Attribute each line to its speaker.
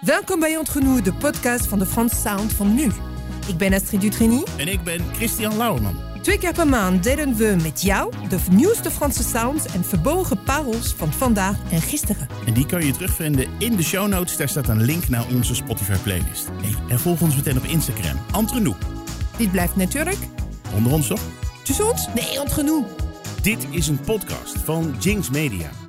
Speaker 1: Welkom bij Entre de podcast van de Frans Sound van nu. Ik ben Astrid Dutrini.
Speaker 2: En ik ben Christian Lauwerman.
Speaker 1: Twee keer per maand delen we met jou de nieuwste Franse sounds en verborgen parels van vandaag en gisteren.
Speaker 2: En die kan je terugvinden in de show notes. Daar staat een link naar onze Spotify playlist. Hey, en volg ons meteen op Instagram. Entre nous.
Speaker 1: Dit blijft natuurlijk
Speaker 2: Onder ons toch?
Speaker 1: tussen ons? Nee, Entre nous.
Speaker 2: Dit is een podcast van Jinx Media.